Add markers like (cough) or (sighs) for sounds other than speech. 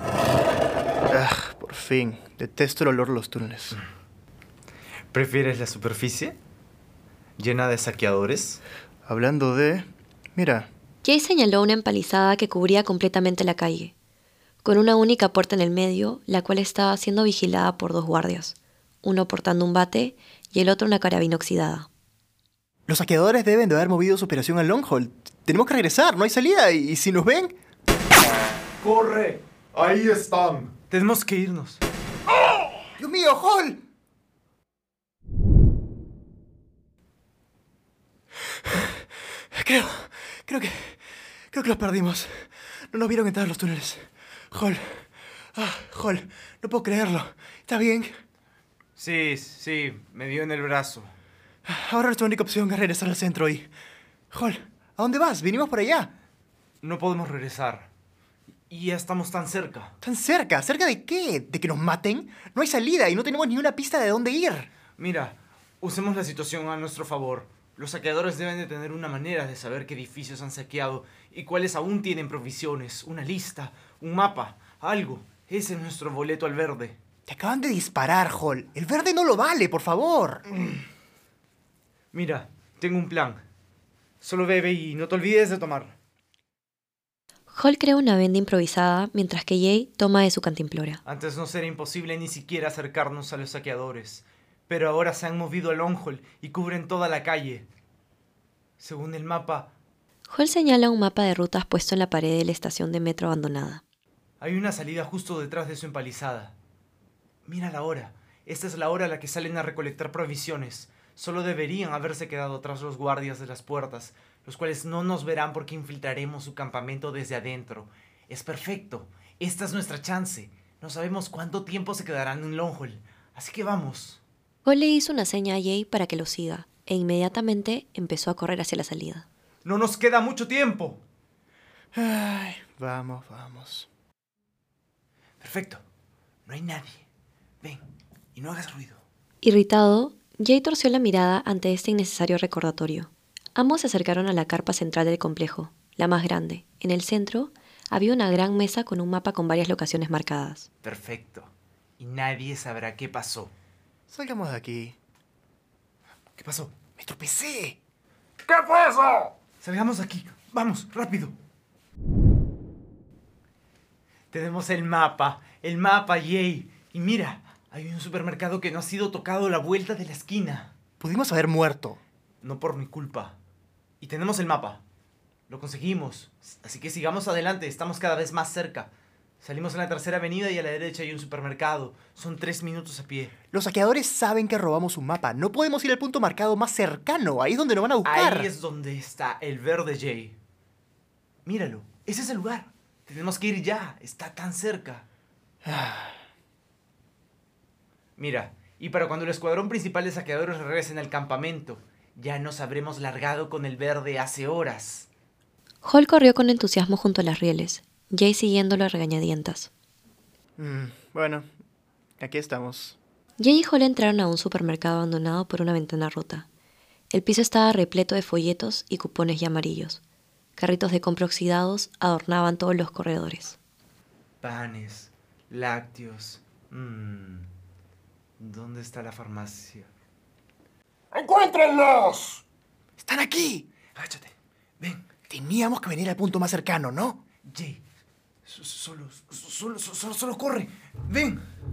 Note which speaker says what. Speaker 1: Ah, fin. Detesto el olor de los túneles.
Speaker 2: ¿Prefieres la superficie? ¿Llena de saqueadores?
Speaker 1: Hablando de... Mira,
Speaker 3: Jay señaló una empalizada que cubría completamente la calle, con una única puerta en el medio, la cual estaba siendo vigilada por dos guardias, uno portando un bate y el otro una carabina oxidada.
Speaker 4: Los saqueadores deben de haber movido su operación al Longhall. Tenemos que regresar, no hay salida. Y, y si nos ven...
Speaker 5: ¡Corre! Ahí están.
Speaker 2: Tenemos que irnos.
Speaker 4: ¡Dios mío, Hall!
Speaker 1: Creo, creo que, creo que los perdimos. No nos vieron entrar a los túneles. Hall, ah, Hall, no puedo creerlo. ¿Está bien?
Speaker 2: Sí, sí, me dio en el brazo.
Speaker 1: Ahora nuestra única opción es regresar al centro y... Hall,
Speaker 4: ¿A dónde vas? Vinimos por allá.
Speaker 2: No podemos regresar. Y ya estamos tan cerca.
Speaker 4: Tan cerca. ¿Cerca de qué? ¿De que nos maten? No hay salida y no tenemos ni una pista de dónde ir.
Speaker 2: Mira, usemos la situación a nuestro favor. Los saqueadores deben de tener una manera de saber qué edificios han saqueado y cuáles aún tienen provisiones, una lista, un mapa, algo. Ese es nuestro boleto al verde.
Speaker 4: Te acaban de disparar, Hall. El verde no lo vale, por favor.
Speaker 2: Mira, tengo un plan. Solo bebe y no te olvides de tomar.
Speaker 3: Hall crea una venda improvisada mientras que Jay toma de su cantimplora.
Speaker 2: Antes nos era imposible ni siquiera acercarnos a los saqueadores, pero ahora se han movido al Onhol y cubren toda la calle. Según el mapa,
Speaker 3: Hall señala un mapa de rutas puesto en la pared de la estación de metro abandonada.
Speaker 2: hay una salida justo detrás de su empalizada. Mira la hora. Esta es la hora a la que salen a recolectar provisiones. Solo deberían haberse quedado atrás los guardias de las puertas, los cuales no nos verán porque infiltraremos su campamento desde adentro. Es perfecto. Esta es nuestra chance. No sabemos cuánto tiempo se quedarán en Longhol. Así que vamos.
Speaker 3: Hall le hizo una seña a Jay para que lo siga, e inmediatamente empezó a correr hacia la salida.
Speaker 2: No nos queda mucho tiempo.
Speaker 1: Ay, vamos, vamos.
Speaker 2: Perfecto. No hay nadie. Ven y no hagas ruido.
Speaker 3: Irritado, Jay torció la mirada ante este innecesario recordatorio. Ambos se acercaron a la carpa central del complejo, la más grande. En el centro había una gran mesa con un mapa con varias locaciones marcadas.
Speaker 2: Perfecto. Y nadie sabrá qué pasó.
Speaker 1: Salgamos de aquí.
Speaker 2: ¿Qué pasó?
Speaker 4: Me tropecé.
Speaker 5: ¿Qué fue eso?
Speaker 2: Salgamos de aquí. Vamos, rápido. Tenemos el mapa. El mapa, yay. Y mira, hay un supermercado que no ha sido tocado a la vuelta de la esquina.
Speaker 4: Pudimos haber muerto.
Speaker 2: No por mi culpa. Y tenemos el mapa. Lo conseguimos. Así que sigamos adelante. Estamos cada vez más cerca. Salimos a la tercera avenida y a la derecha hay un supermercado. Son tres minutos a pie.
Speaker 4: Los saqueadores saben que robamos un mapa. No podemos ir al punto marcado más cercano. Ahí es donde nos van a buscar.
Speaker 2: Ahí es donde está el verde Jay. Míralo, ese es el lugar. Tenemos que ir ya, está tan cerca. (sighs) Mira, y para cuando el escuadrón principal de saqueadores regresen al campamento, ya nos habremos largado con el verde hace horas.
Speaker 3: Hall corrió con entusiasmo junto a las rieles, Jay siguiéndolo a regañadientas.
Speaker 1: Mm, bueno, aquí estamos.
Speaker 3: Jay y Hall entraron a un supermercado abandonado por una ventana rota. El piso estaba repleto de folletos y cupones ya amarillos. Carritos de compra oxidados adornaban todos los corredores.
Speaker 2: Panes, lácteos. mm, ¿Dónde está la farmacia?
Speaker 5: ¡Encuéntrenlos!
Speaker 4: Están aquí.
Speaker 2: Agáchate, ven,
Speaker 4: Teníamos que venir al punto más cercano, ¿no?
Speaker 2: Jay. so- Solo, so- solo, so- solo, solo corre. Ven.